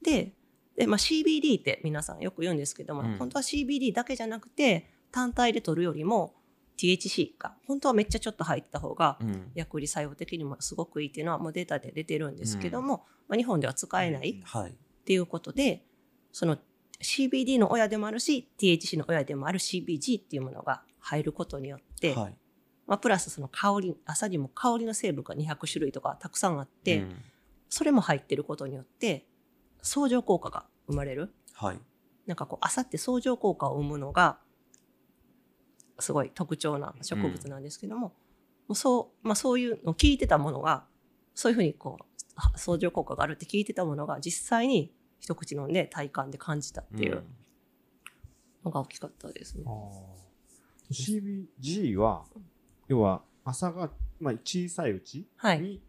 Speaker 2: でで、まあ、CBD って皆さんよく言うんですけども、
Speaker 3: うん
Speaker 2: 本当は CBD だけじゃなくて単体で取るよりも THC が本当はめっちゃちょっと入った方が
Speaker 3: うん
Speaker 2: 薬理作用的にもすごくいいっていうのはもうデータで出てるんですけども、まあ、日本では使えないっ
Speaker 3: はい
Speaker 2: ていうことでその CBD の親でもあるし THC の親でもある CBG っていうものが入ることによって、
Speaker 3: はい
Speaker 2: まあ、プラスその香り朝にも香りの成分が200種類とかたくさんあって、
Speaker 3: うん
Speaker 2: それも入ってることによって相乗効果が生まれる
Speaker 3: はい
Speaker 2: なんかこうあさって相乗効果を生むのがすごい特徴な植物なんですけども,、もうそうまあ、そういうのを聞いてたものがそういうふうにこうは相乗効果があるって聞いてたものが実際に一口飲んで体感で感じたっていうのが大きかったですね。
Speaker 1: あー CBG は要は朝が、まあ、小さいうち
Speaker 2: はい
Speaker 1: に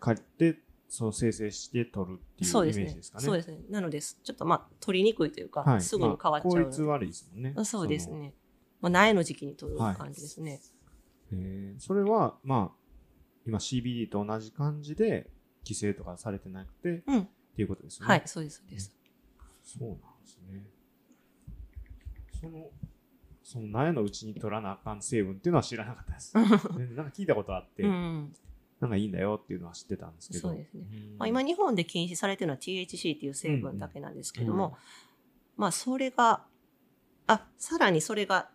Speaker 1: 借りてその生成して取るっていう
Speaker 2: そうで
Speaker 1: イ
Speaker 2: す
Speaker 1: メージ
Speaker 2: ね
Speaker 1: ですかね。
Speaker 2: そうですねなのでちょっとまあ取りにくいというか、
Speaker 1: はい、
Speaker 2: すぐに変わっちゃう
Speaker 1: まあ、
Speaker 2: の
Speaker 1: 効
Speaker 2: で
Speaker 1: 率悪いですもんね。
Speaker 2: そうですね。まあ、苗の時期に取る
Speaker 1: はい
Speaker 2: 感じですね。
Speaker 1: その。えーそれはまあ今 CBD と同じ感じで規制とかされてなくて、
Speaker 2: うん
Speaker 1: っていうことですよね。
Speaker 2: はい、そうです、そうです。
Speaker 1: そうなんですね。そのその納屋のうちに取らなあかん成分っていうのは知らなかった です。ねなんか聞いたことあって、
Speaker 2: うん
Speaker 1: なんかいいんだよっていうのは知ってたんですけど。
Speaker 2: そうですね
Speaker 1: ん
Speaker 2: まあ、今日本で禁止されてるのは THC っていう成分だけなんですけども、
Speaker 1: うん
Speaker 2: まあそれがあさらにそれが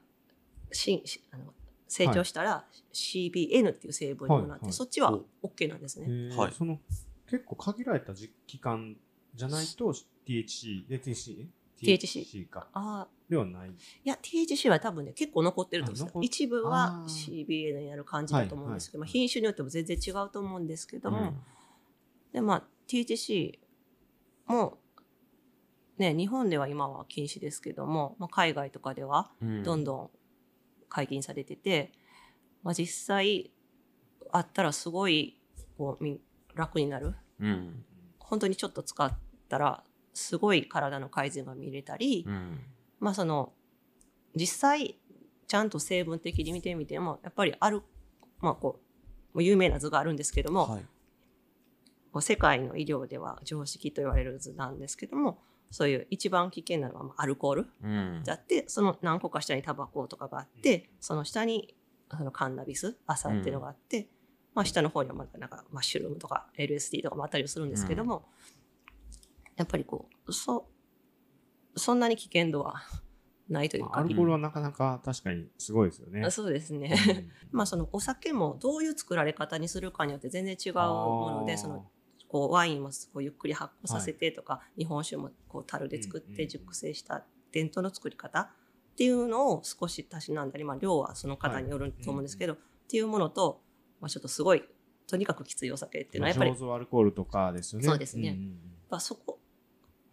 Speaker 2: ししあの成長したら CBN っていう成分にもなって、
Speaker 1: はいはい
Speaker 2: そっちは OK なんです
Speaker 1: へ
Speaker 2: ね。
Speaker 1: ー
Speaker 3: はい
Speaker 1: その結構限られた時期間じゃないと THC、え THC?
Speaker 2: THC
Speaker 1: か。
Speaker 2: あー
Speaker 1: ではない。
Speaker 2: いや THC は多分ね結構残ってると思うんです
Speaker 1: あ残
Speaker 2: よ
Speaker 1: っ
Speaker 2: 一部は
Speaker 1: あー
Speaker 2: CBN になる感じだと思うんですけど、
Speaker 1: はいはい
Speaker 2: まあ、品種によっても全然違うと思うんですけども、
Speaker 1: うん
Speaker 2: でまあ THC もね日本では今は禁止ですけども、まあ、海外とかではどん
Speaker 3: ど
Speaker 2: どん解禁されてて、まあ、実際あったらすごいこうみ楽になる
Speaker 3: ん。うん。
Speaker 2: 本当にちょっと使ったらすごい体の改善が見れたり、
Speaker 3: うん。
Speaker 2: まあその実際ちゃんと成分的に見てみてもやっぱりあるまあこうもう有名な図があるんですけども、
Speaker 3: はい。
Speaker 2: こう世界の医療では常識と言われる図なんですけどもそういう一番危険なのはまあアルコール
Speaker 3: うん。
Speaker 2: だってその何個か下にタバコとかがあって、その下にそのカンナビス朝っていうのがあって、まあ、下の方にはまだなんかマッシュルームとか LSD とかもあったりするんですけども、やっぱりこうそそんなに危険度はないという
Speaker 1: ア
Speaker 2: か、
Speaker 1: ルコールはなかなか確かにすごいですよね。
Speaker 2: そうですね。
Speaker 1: うん
Speaker 2: まあそのお酒もどういう作られ方にするかによって全然違うもの
Speaker 1: あ
Speaker 2: で
Speaker 1: ー
Speaker 2: そのこうワインもこうゆっくり発酵させてとか、日本酒もこう樽で作っ
Speaker 1: うんうんう
Speaker 2: て
Speaker 1: ん
Speaker 2: 熟成した伝統の作り方っていうのを少したしなんだり、まあ、量はその方によると思うんですけど、っていうものと、まあ、ちょっとすごいとにかくきついお酒っていうのはやっぱり、
Speaker 1: 醸造アルコールとかですよね。
Speaker 2: そうですね
Speaker 1: んん
Speaker 2: まあ、そこ、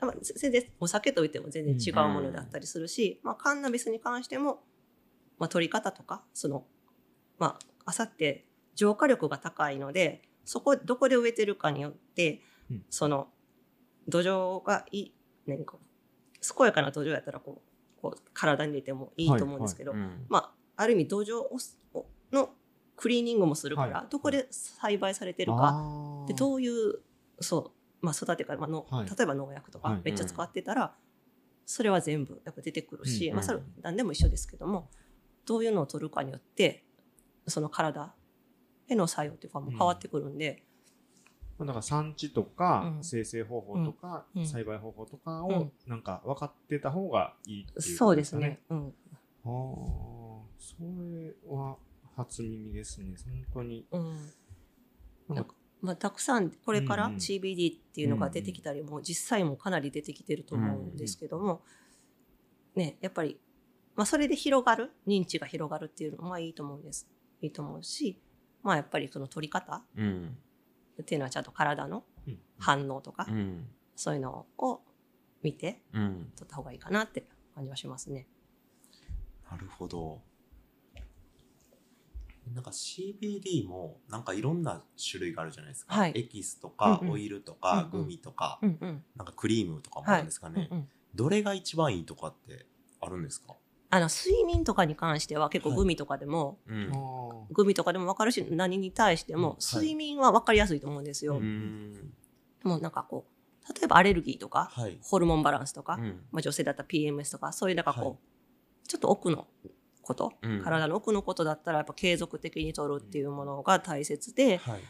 Speaker 2: まあ、全然お酒といっても全然違うものだったりするし、まあ、カンナビスに関しても、まあ、取り方とかそのまああさって浄化力が高いのでそこどこで植えてるかによって、
Speaker 1: うん
Speaker 2: その土壌がいい何か健やかな土壌やったらこうこう体に入れてもいいと思うんですけど、
Speaker 3: うん
Speaker 2: まあ、ある意味土壌をすをのクリーニングもするから、
Speaker 1: はい
Speaker 2: どこで栽培されて
Speaker 1: うん
Speaker 2: るか
Speaker 1: あー
Speaker 2: でどういうそう、まあ、育てから、まあの
Speaker 1: はい
Speaker 2: 例えば農薬と
Speaker 1: は
Speaker 2: か
Speaker 1: い
Speaker 2: めっちゃ使ってたら、それは全部やっぱ出てくるし、
Speaker 1: うん
Speaker 2: まあ、それ
Speaker 3: うん
Speaker 2: 何でも一緒ですけどもどういうのを取るかによってその体への作用というかもう変わってくるんで、
Speaker 1: まあだから産地とか、
Speaker 2: うん
Speaker 1: 生成方法とか、
Speaker 2: うん
Speaker 1: 栽培方法とか
Speaker 2: う
Speaker 1: を
Speaker 2: ん
Speaker 1: なんか分かってた方がいいっていう
Speaker 2: そ
Speaker 1: こ
Speaker 2: う
Speaker 1: と
Speaker 2: です
Speaker 1: か
Speaker 2: ね。。うん
Speaker 1: ああ、それは初耳ですね。本当に。
Speaker 2: うん
Speaker 1: なんか
Speaker 2: まあ、たくさんこれから
Speaker 1: うんうん
Speaker 2: CBD っていうのが出てきたりも、実際もかなり出てきてると思うんですけども、ね、やっぱり、まあ、それで広がる認知が広がるっていうのはいいと思うんですいいと思うし、まあ、やっぱりその取り方
Speaker 3: うん。
Speaker 2: っていうのはちゃんと体の
Speaker 1: うん
Speaker 2: 反応とか、
Speaker 3: うん。
Speaker 2: そういうのを見て
Speaker 3: うん。
Speaker 2: 取った方がいいかなって感じはしますね。
Speaker 3: なるほど。なんか CBD もなんかいろんな種類があるじゃないですか。
Speaker 2: はい
Speaker 3: エキスとか、
Speaker 2: うんうん
Speaker 3: オイルとか、
Speaker 2: うんうん
Speaker 3: グミとか、
Speaker 2: うんうん
Speaker 3: なんかクリームとかもあるんですかね。
Speaker 2: うんうん
Speaker 3: どれが一番いいとかってあるんですか
Speaker 2: あの睡眠とかに関しては結構
Speaker 3: はい
Speaker 2: グミとかでも、
Speaker 3: う
Speaker 1: あ
Speaker 3: ん。
Speaker 1: ー
Speaker 2: グミとかでも分かるし何に対して
Speaker 1: うん
Speaker 2: も
Speaker 1: はい
Speaker 2: 睡眠は分かりやすいと思うんですよ。
Speaker 3: うん。
Speaker 2: もうなんかこう例えばアレルギーとか、
Speaker 3: はい。
Speaker 2: ホルモンバランスとか、
Speaker 3: うん。
Speaker 2: まあ、女性だったら PMS とかそういうなんかこう、
Speaker 3: はい
Speaker 2: ちょっと奥のこと、
Speaker 3: うん
Speaker 2: 体の奥のことだったらやっぱ継続的に取るっていうものが大切で、
Speaker 3: はい。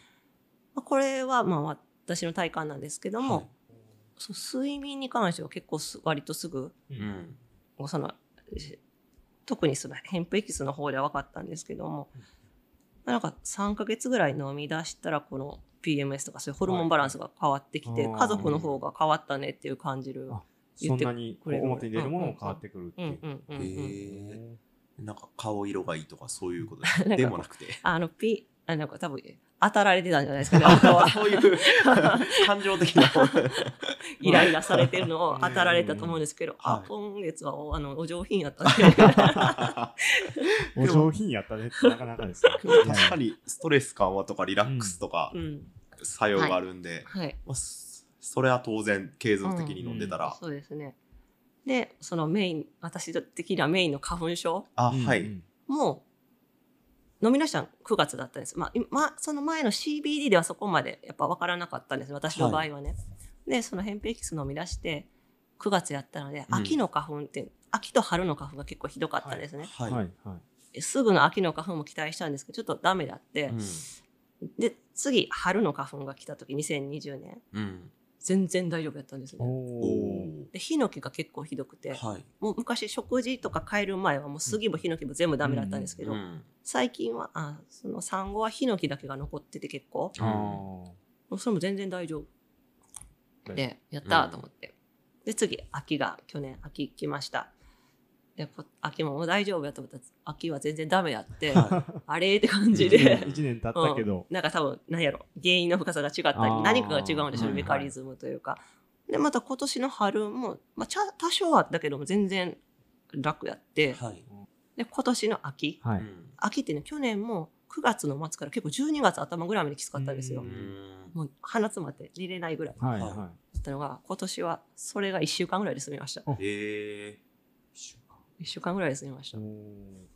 Speaker 2: まあ、これはまあ私の体感なんですけども、
Speaker 3: はい
Speaker 2: そう睡眠に関しては結構す割とすぐ
Speaker 1: う
Speaker 3: うんん。
Speaker 2: そのし特にそのヘンプエキスの方では分かったんですけども、
Speaker 1: うん
Speaker 2: まあなんか3ヶ月ぐらい飲み出したらこの PMS とかそういうホルモンバランスが変わってきて、
Speaker 1: はい
Speaker 2: 家族の方が変わったねっていう感じる。
Speaker 1: あ
Speaker 2: 言
Speaker 1: そ
Speaker 2: っ
Speaker 1: ん
Speaker 2: て
Speaker 1: なにこ
Speaker 2: く
Speaker 1: う
Speaker 2: れる
Speaker 1: 表に出るものも変わってくるって
Speaker 2: う
Speaker 1: い
Speaker 2: んう
Speaker 1: う。
Speaker 2: んうんうん
Speaker 3: へえ。
Speaker 1: へ
Speaker 3: なんか顔色がいいとかそういうことで
Speaker 2: なんか
Speaker 3: でもなくて。
Speaker 2: あの、ピ、あなんか多分、当たられてたんじゃないですかね、あなたは
Speaker 3: そ ういう感情的な。
Speaker 2: イライラされてるのを当たられたと思うんですけど、
Speaker 3: は
Speaker 2: あ
Speaker 3: い、。
Speaker 2: 今月はおあのお上品やったね。
Speaker 1: ーお上品やった ねってなかなかですね
Speaker 3: 確かにストレス緩和とかリラックスとか
Speaker 2: うん。
Speaker 3: 作用があるんで、
Speaker 2: はい。
Speaker 3: まあ、そそれは当然継続的に飲んでたら、
Speaker 2: そうですね。で、そのメイン、私的にはメインの花粉症
Speaker 3: あ、
Speaker 1: うん
Speaker 3: は
Speaker 1: う
Speaker 3: い、
Speaker 1: ん
Speaker 2: も、飲み出したの9月だったんです。まあ、今まあ、その前の CBD ではそこまでやっぱ分からなかったんです、私の場合はね。で、その扁平キス飲み出して、 9月やったので、
Speaker 3: うん
Speaker 2: 秋の花粉って秋と春の花粉が結構ひどかったんですね、
Speaker 3: はい。
Speaker 1: はいはい。
Speaker 2: すぐの秋の花粉も期待したんですけどちょっとダメだって、で次春の花粉が来た時2020年
Speaker 3: うん。うん。
Speaker 2: 全然大丈夫やったんです
Speaker 1: お
Speaker 2: ね
Speaker 1: お。
Speaker 2: でヒノキが結構ひどくて、
Speaker 3: はい。
Speaker 2: もう昔食事とか変える前はもう杉もヒノキも全部ダメだったんですけど、
Speaker 3: うん。
Speaker 2: 最近はあその産後はヒノキだけが残ってて結構
Speaker 1: ああ。
Speaker 2: もうそれも全然大丈夫
Speaker 1: 大
Speaker 2: でやったーと思って、で次秋が去年秋来ましたでこ秋ももう大丈夫やと思ったら秋は全然ダメやって、
Speaker 3: は
Speaker 2: あれーって感じ
Speaker 3: うん
Speaker 2: で
Speaker 1: 一年経ったけど。
Speaker 2: なんか多分何やろ原因の深さが違ったり
Speaker 1: あー
Speaker 2: 何かが違うんでしょ
Speaker 3: は
Speaker 2: う
Speaker 3: い
Speaker 2: メカニズムというか。でまた今年の春も、まあ、ちゃ多少はあったけども全然楽やっ
Speaker 3: い。
Speaker 2: て
Speaker 3: はい。
Speaker 2: で今年の秋
Speaker 1: は
Speaker 3: う
Speaker 1: い。
Speaker 3: ん
Speaker 2: 秋ってね去年も9月の末から結構12月頭ぐらいまできつかったんですよ
Speaker 1: う
Speaker 3: う。
Speaker 2: もう鼻詰まって寝れないぐらいだ
Speaker 1: はい
Speaker 3: はい
Speaker 1: は
Speaker 2: ったのが今年はそれが1週間ぐらいで済みました
Speaker 1: お
Speaker 3: ん。ええ。
Speaker 2: 1週間ぐらいで済みまし
Speaker 1: い。
Speaker 2: た
Speaker 1: おお。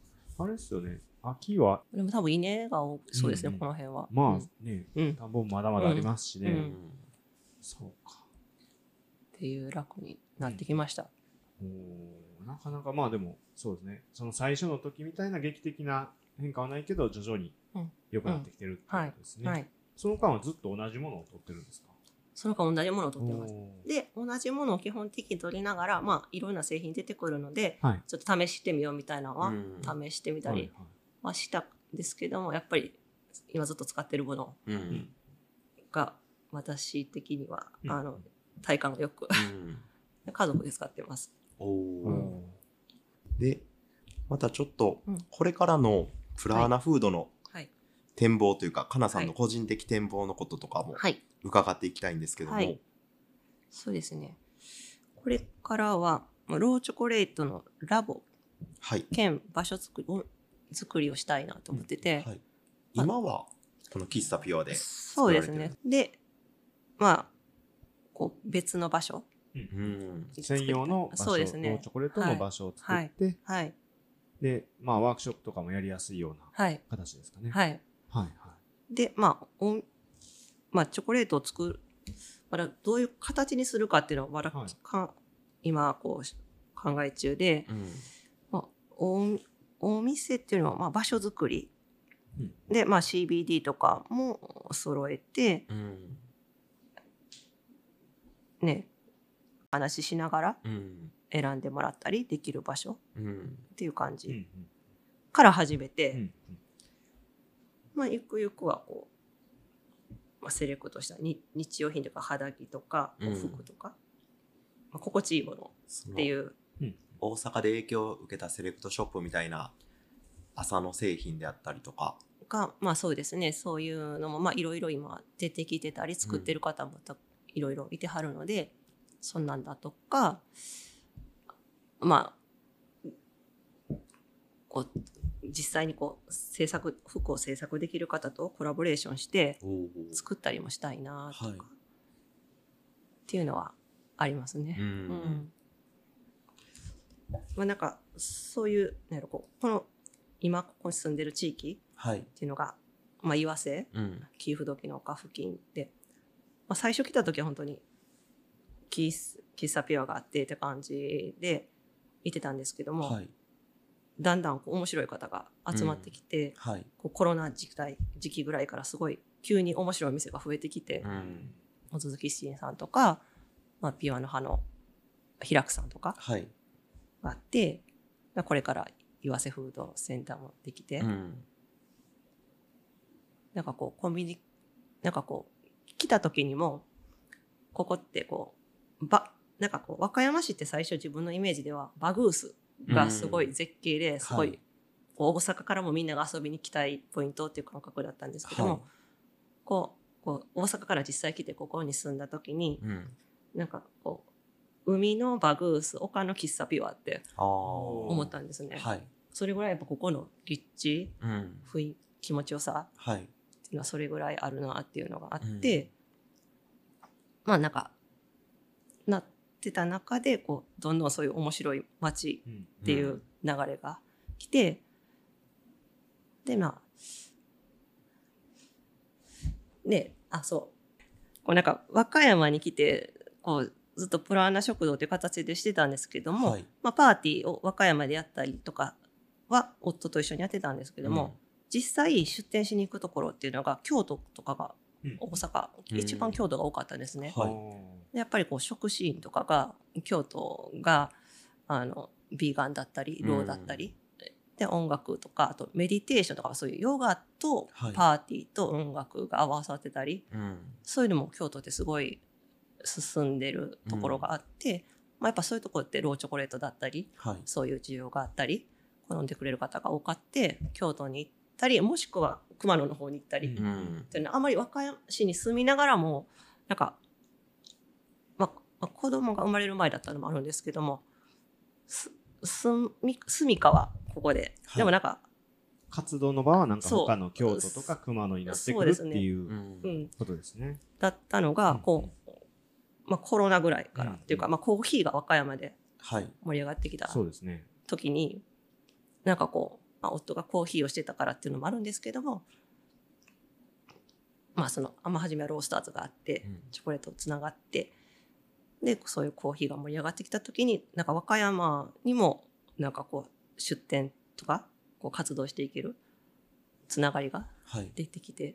Speaker 1: あれっすよね。秋は
Speaker 2: でも多分稲が多くそうですね、
Speaker 1: うんうん
Speaker 2: この辺は
Speaker 1: ま
Speaker 2: うんっ
Speaker 1: あね、
Speaker 2: うん
Speaker 1: 田んぼもまだまだありますしね。
Speaker 2: うん
Speaker 1: そうか。
Speaker 2: ていう楽になってきました、
Speaker 1: おーなかなかまあでもそうですねその最初の時みたいな劇的な変化はないけど徐々に
Speaker 2: うん
Speaker 1: 良くなってきてるってことですね、
Speaker 2: はい
Speaker 1: その間はずっと同じものを取ってるんですか
Speaker 2: その他同じものを取ってます
Speaker 1: おー
Speaker 2: で同じものを基本的に取りながら、まあ、いろんな製品出てくるので
Speaker 1: はい
Speaker 2: ちょっと試してみようみたいなのは
Speaker 3: うん
Speaker 2: 試してみた
Speaker 1: はい
Speaker 2: りはしたんですけどもやっぱり今ずっと使ってるもの
Speaker 3: うん。
Speaker 2: が私的には
Speaker 1: うん
Speaker 2: あの体感がよく
Speaker 3: うん
Speaker 2: 家族で使ってます。
Speaker 3: お
Speaker 1: おー
Speaker 3: お。
Speaker 2: う
Speaker 3: で、またちょっと
Speaker 2: うん、
Speaker 3: これからのプラーナフードの
Speaker 2: はい、
Speaker 3: 展望というか、かなさん
Speaker 2: は
Speaker 3: の
Speaker 2: い
Speaker 3: 個人的展望のこととかも
Speaker 2: はい、
Speaker 3: 伺っていきたいんですけども。
Speaker 2: はいそうですねこれからはまあローチョコレートのラボ
Speaker 3: はい。
Speaker 2: 兼場所作りを作りをしたいなと思ってて、
Speaker 3: はい。今は、この喫茶ピュアで。
Speaker 2: そうですねでまあこう別の場所
Speaker 3: うん。
Speaker 1: 専用の場所
Speaker 2: そうですね
Speaker 1: ローチョコレートの場所を作って、
Speaker 2: はい
Speaker 1: でまあワークショップとかもやりやすいような
Speaker 2: はい
Speaker 1: 形ですかね、
Speaker 2: はい
Speaker 1: はい、はい
Speaker 2: でまあおんまあチョコレートを作るまだどういう形にするかっていうのはまだ、
Speaker 1: はい
Speaker 2: か今こうし考え中で、
Speaker 3: うん。
Speaker 2: まあ、おお店っていうのはまあ場所作り
Speaker 1: うん
Speaker 2: で、まあ、CBD とかも揃えて
Speaker 3: うん。
Speaker 2: ね話ししながら
Speaker 3: うん。
Speaker 2: 選んでもらったりできる場所
Speaker 3: うん。
Speaker 2: っていう感
Speaker 1: うんう
Speaker 2: じ
Speaker 1: ん
Speaker 2: から始めて、
Speaker 1: うんうん
Speaker 2: まあ、ゆくゆくはこう、まあ、セレクトしたに日用品とか肌着とか
Speaker 3: うん
Speaker 2: 服とか、まあ、心地いいもの
Speaker 3: そ
Speaker 2: っ
Speaker 3: の
Speaker 2: ていう
Speaker 3: 大阪で影響を受けたセレクトショップみたいな朝の製品であったりとか、
Speaker 2: がまあそうですねそういうのもまあいろいろ今出てきてたり作ってる方もたいろいろいてはるので、そんなんだとかまあこう実際にこう制作服を制作できる方とコラボレーションして作ったりもしたいなとか、
Speaker 3: はい
Speaker 2: っていうのはありますね。
Speaker 3: うん
Speaker 2: うんまあ、なんかそういうなんやろこうこの今ここに住んでる地域
Speaker 3: はい、
Speaker 2: っていうのが、まあ、岩瀬
Speaker 3: うん、
Speaker 2: 紀伊不時の丘付近で、まあ、最初来た時は本当に喫喫茶ピュアがあってって感じで行ってたんですけども、
Speaker 3: はい
Speaker 2: だんだんこう面白い方が集まってきて、
Speaker 3: はい、
Speaker 2: こうコロナ時期代時期ぐらいからすごい急に面白い店が増えてきて、
Speaker 3: ん、
Speaker 2: お鈴木七さんとか、まあ、ピュアの葉の平久さんとか
Speaker 3: はい、
Speaker 2: があってまあこれから岩瀬フードセンターもできて。
Speaker 3: ん、
Speaker 2: なんかこう、コンビニ、なんかこう、来た時にも、ここってこう、ば、なんかこう、和歌山市って最初自分のイメージでは、バグースがすごい絶景で、すご
Speaker 3: はい
Speaker 2: い、こう大阪からもみんなが遊びに来たいポイントっていう感覚だったんですけども、
Speaker 3: はい
Speaker 2: こう、こう大阪から実際来てここに住んだ時に、
Speaker 3: うん、
Speaker 2: なんかこう、海のバグース、丘の喫茶ピュアって
Speaker 3: あ
Speaker 2: 思
Speaker 3: 思
Speaker 2: ったんですね。
Speaker 3: はい、
Speaker 2: それぐらいやっぱここの立地、
Speaker 3: うん、
Speaker 2: 雰囲気、気持ちよさ
Speaker 3: は
Speaker 2: っ
Speaker 3: い、
Speaker 2: ていうのはそれぐらいあるなっていうのがあって、まあなんかなってた中でこうどんどんそういう面白い街
Speaker 1: うん
Speaker 2: っていう流れが来て、でまあねあそうこうなんか和歌山に来てこうずっとプラーナ食堂という形でしてたんですけども、
Speaker 3: はい
Speaker 2: まあ、パーティーを和歌山でやったりとかは夫と一緒にやってたんですけども、実際出店しに行くところっていうのが京都とかが
Speaker 1: うん
Speaker 2: 大阪、
Speaker 3: うん
Speaker 2: 一番京都が多かったんですね。
Speaker 3: はい
Speaker 2: でやっぱりこう食シーンとかが京都があのビーガンだったりローだったり、で音楽とかあとメディテーションとかそういうヨガと
Speaker 3: はい
Speaker 2: パーティーと音楽が合わさってたり、
Speaker 3: うん
Speaker 2: そういうのも京都ってすごい進んでるところがあって、まあ、やっぱそういうところってローチョコレートだったり
Speaker 3: はい
Speaker 2: そういう需要があったり好んでくれる方が多かって京都に行ったりもしくは熊野の方に行ったり、
Speaker 1: うん
Speaker 3: うん
Speaker 2: っていうのはあまり和歌山市に住みながらもなんか、まあまあ、子供が生まれる前だったのもあるんですけどもす住み住みかはここで、
Speaker 3: はい
Speaker 2: でもなんか、
Speaker 1: 活動の場はなんか
Speaker 2: そう
Speaker 1: 他の京都とか熊野になってくるっていううん
Speaker 2: うん、
Speaker 1: ことですね。
Speaker 2: だったのがこう、まあ、コロナぐらいから、
Speaker 1: うん
Speaker 2: っていうか、まあ、コーヒーが和歌山で
Speaker 3: はい
Speaker 2: 盛り上がってきた
Speaker 1: そうですね。
Speaker 2: 時になんかこう、まあ、夫がコーヒーをしてたからっていうのもあるんですけどもまあそのあまはじめはロースターズがあって、
Speaker 3: うん
Speaker 2: チョコレートつながってでそういうコーヒーが盛り上がってきた時になんか和歌山にもなんかこう出店とかこう活動していけるつながりが
Speaker 3: はい
Speaker 2: 出てきてっ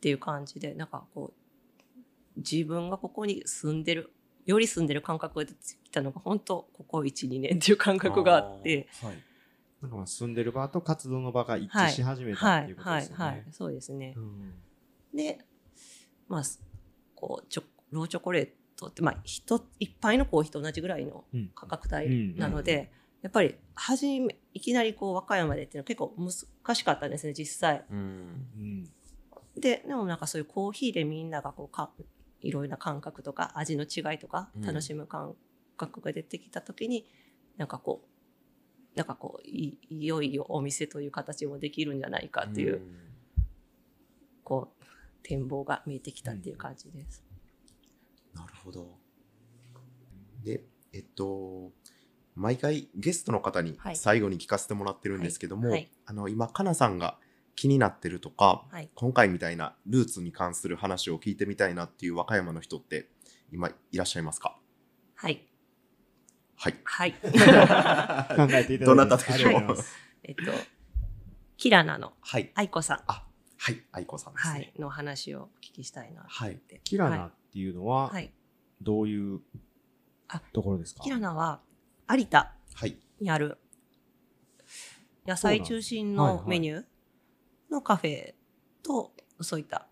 Speaker 2: ていう感じでなんかこう自分がここに住んでるより住んでる感覚が出てきたのが本当ここ12年っていう感覚があって
Speaker 3: あーはい
Speaker 1: なんかまあ住んでる場と活動の場が一致し始めた
Speaker 2: は
Speaker 1: ってい
Speaker 2: いう
Speaker 1: こと
Speaker 2: は
Speaker 1: で
Speaker 2: い
Speaker 1: すよね。
Speaker 2: はいそうですね
Speaker 1: う。ん
Speaker 2: でまあすこうチョローチョコレートって、まあ、一一杯のコーヒーと同じぐらいの
Speaker 1: うん
Speaker 2: 価格帯なので、やっぱり初めいきなりこう和歌山でっていうのは結構難しかったんですね実際。
Speaker 3: うん
Speaker 1: うん
Speaker 2: ででもなんかそういうコーヒーでみんながこうかいろいろな感覚とか味の違いとか
Speaker 3: うん
Speaker 2: 楽しむ感覚が出てきた時に、なんかこうなんかこういいよいよお店という形もできるんじゃないかっていう、
Speaker 3: ん
Speaker 2: こう展望が見えてきたっていう感じです。
Speaker 3: なるほど。で、えっと、毎回ゲストの方に
Speaker 2: はい
Speaker 3: 最後に聞かせてもらってるんですけど
Speaker 2: は
Speaker 3: も、
Speaker 2: いはい
Speaker 3: あの今、かなさんが気になってるとか、
Speaker 2: はい
Speaker 3: 今回みたいなルーツに関する話を聞いてみたいなっていう和歌山の人って今いらっしゃいますか
Speaker 2: はい、
Speaker 3: はい。
Speaker 2: はい、
Speaker 1: 考えていただいて
Speaker 3: どなたでしょう
Speaker 1: ありがとうございます
Speaker 2: えっとキラナの
Speaker 3: はい。
Speaker 2: 愛子さん、
Speaker 3: あ、はい。愛子さんです
Speaker 2: はい
Speaker 3: ね。、
Speaker 2: の話をお聞きしたいなっ
Speaker 3: はい。
Speaker 2: て。
Speaker 1: キラナっていうのは
Speaker 2: はい、
Speaker 1: どういう
Speaker 2: あ
Speaker 1: ところですか
Speaker 2: キラナは有田
Speaker 3: はい。
Speaker 2: にある野菜中
Speaker 1: そ
Speaker 2: 心
Speaker 1: うなん
Speaker 2: の
Speaker 1: はいは
Speaker 2: メ
Speaker 1: い
Speaker 2: ニューのカフェとそういった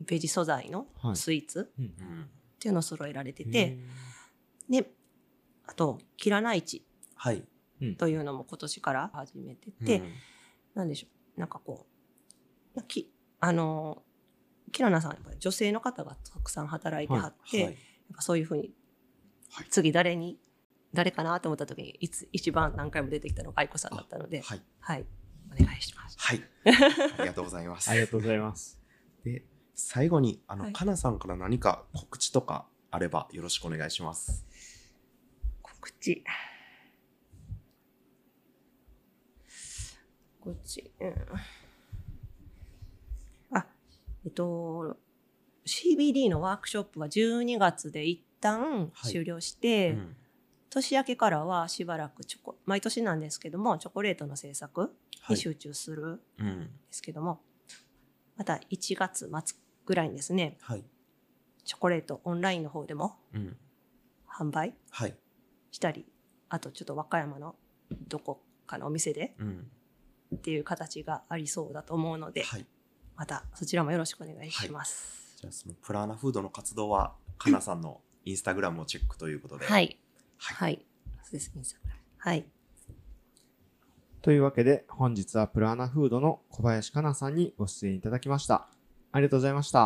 Speaker 2: ベジ素材の
Speaker 1: はい
Speaker 2: スイーツ
Speaker 1: うん
Speaker 3: うん
Speaker 2: っていうのを揃えられて
Speaker 1: へ
Speaker 2: て、であと「キラナ市
Speaker 3: はい。」
Speaker 2: というのも今年から始めてて、
Speaker 3: うん
Speaker 2: なんでしょうなんかこうなきあのキラナさんはやっぱり女性の方がたくさん働いてはって、
Speaker 3: は
Speaker 2: や
Speaker 3: い。
Speaker 2: っぱそういうふうに、
Speaker 3: はい
Speaker 2: 次誰に誰かなと思った時にいつ一番何回も出てきたのが愛子さんだったので、はい、
Speaker 3: はい。
Speaker 2: お願いします。
Speaker 3: はい。ありがとうございます。
Speaker 1: ありがとうございます。
Speaker 3: で最後にあの、
Speaker 2: はい
Speaker 3: かなさんから何か告知とかあればよろしくお願いします。
Speaker 2: 告知。告知。うん、あ、えっと、CBD のワークショップは12月で一旦
Speaker 3: はい
Speaker 2: 終了して、
Speaker 3: うん
Speaker 2: 年明けからはしばらくチョコ、毎年なんですけども、チョコレートの制作
Speaker 3: は
Speaker 2: に
Speaker 3: い。
Speaker 2: 集中する
Speaker 3: うん。
Speaker 2: ですけども、また1月末ぐらいにですね、
Speaker 3: はい。
Speaker 2: チョコレートオンラインの方でも
Speaker 3: うん。
Speaker 2: 販売
Speaker 3: はい。
Speaker 2: したり、あとちょっと和歌山のどこかのお店で
Speaker 3: うん。
Speaker 2: っていう形がありそうだと思うので、
Speaker 3: はい。
Speaker 2: またそちらもよろしくお願いします。
Speaker 3: じゃあそのプラーナフードの活動はかなさんのインスタグラムをチェックということで。。
Speaker 2: はいい。はい。そうです、インスタグラムはい。
Speaker 1: というわけで本日はプラーナフードの小林かなさんにご出演いただきました。ありがとうございました。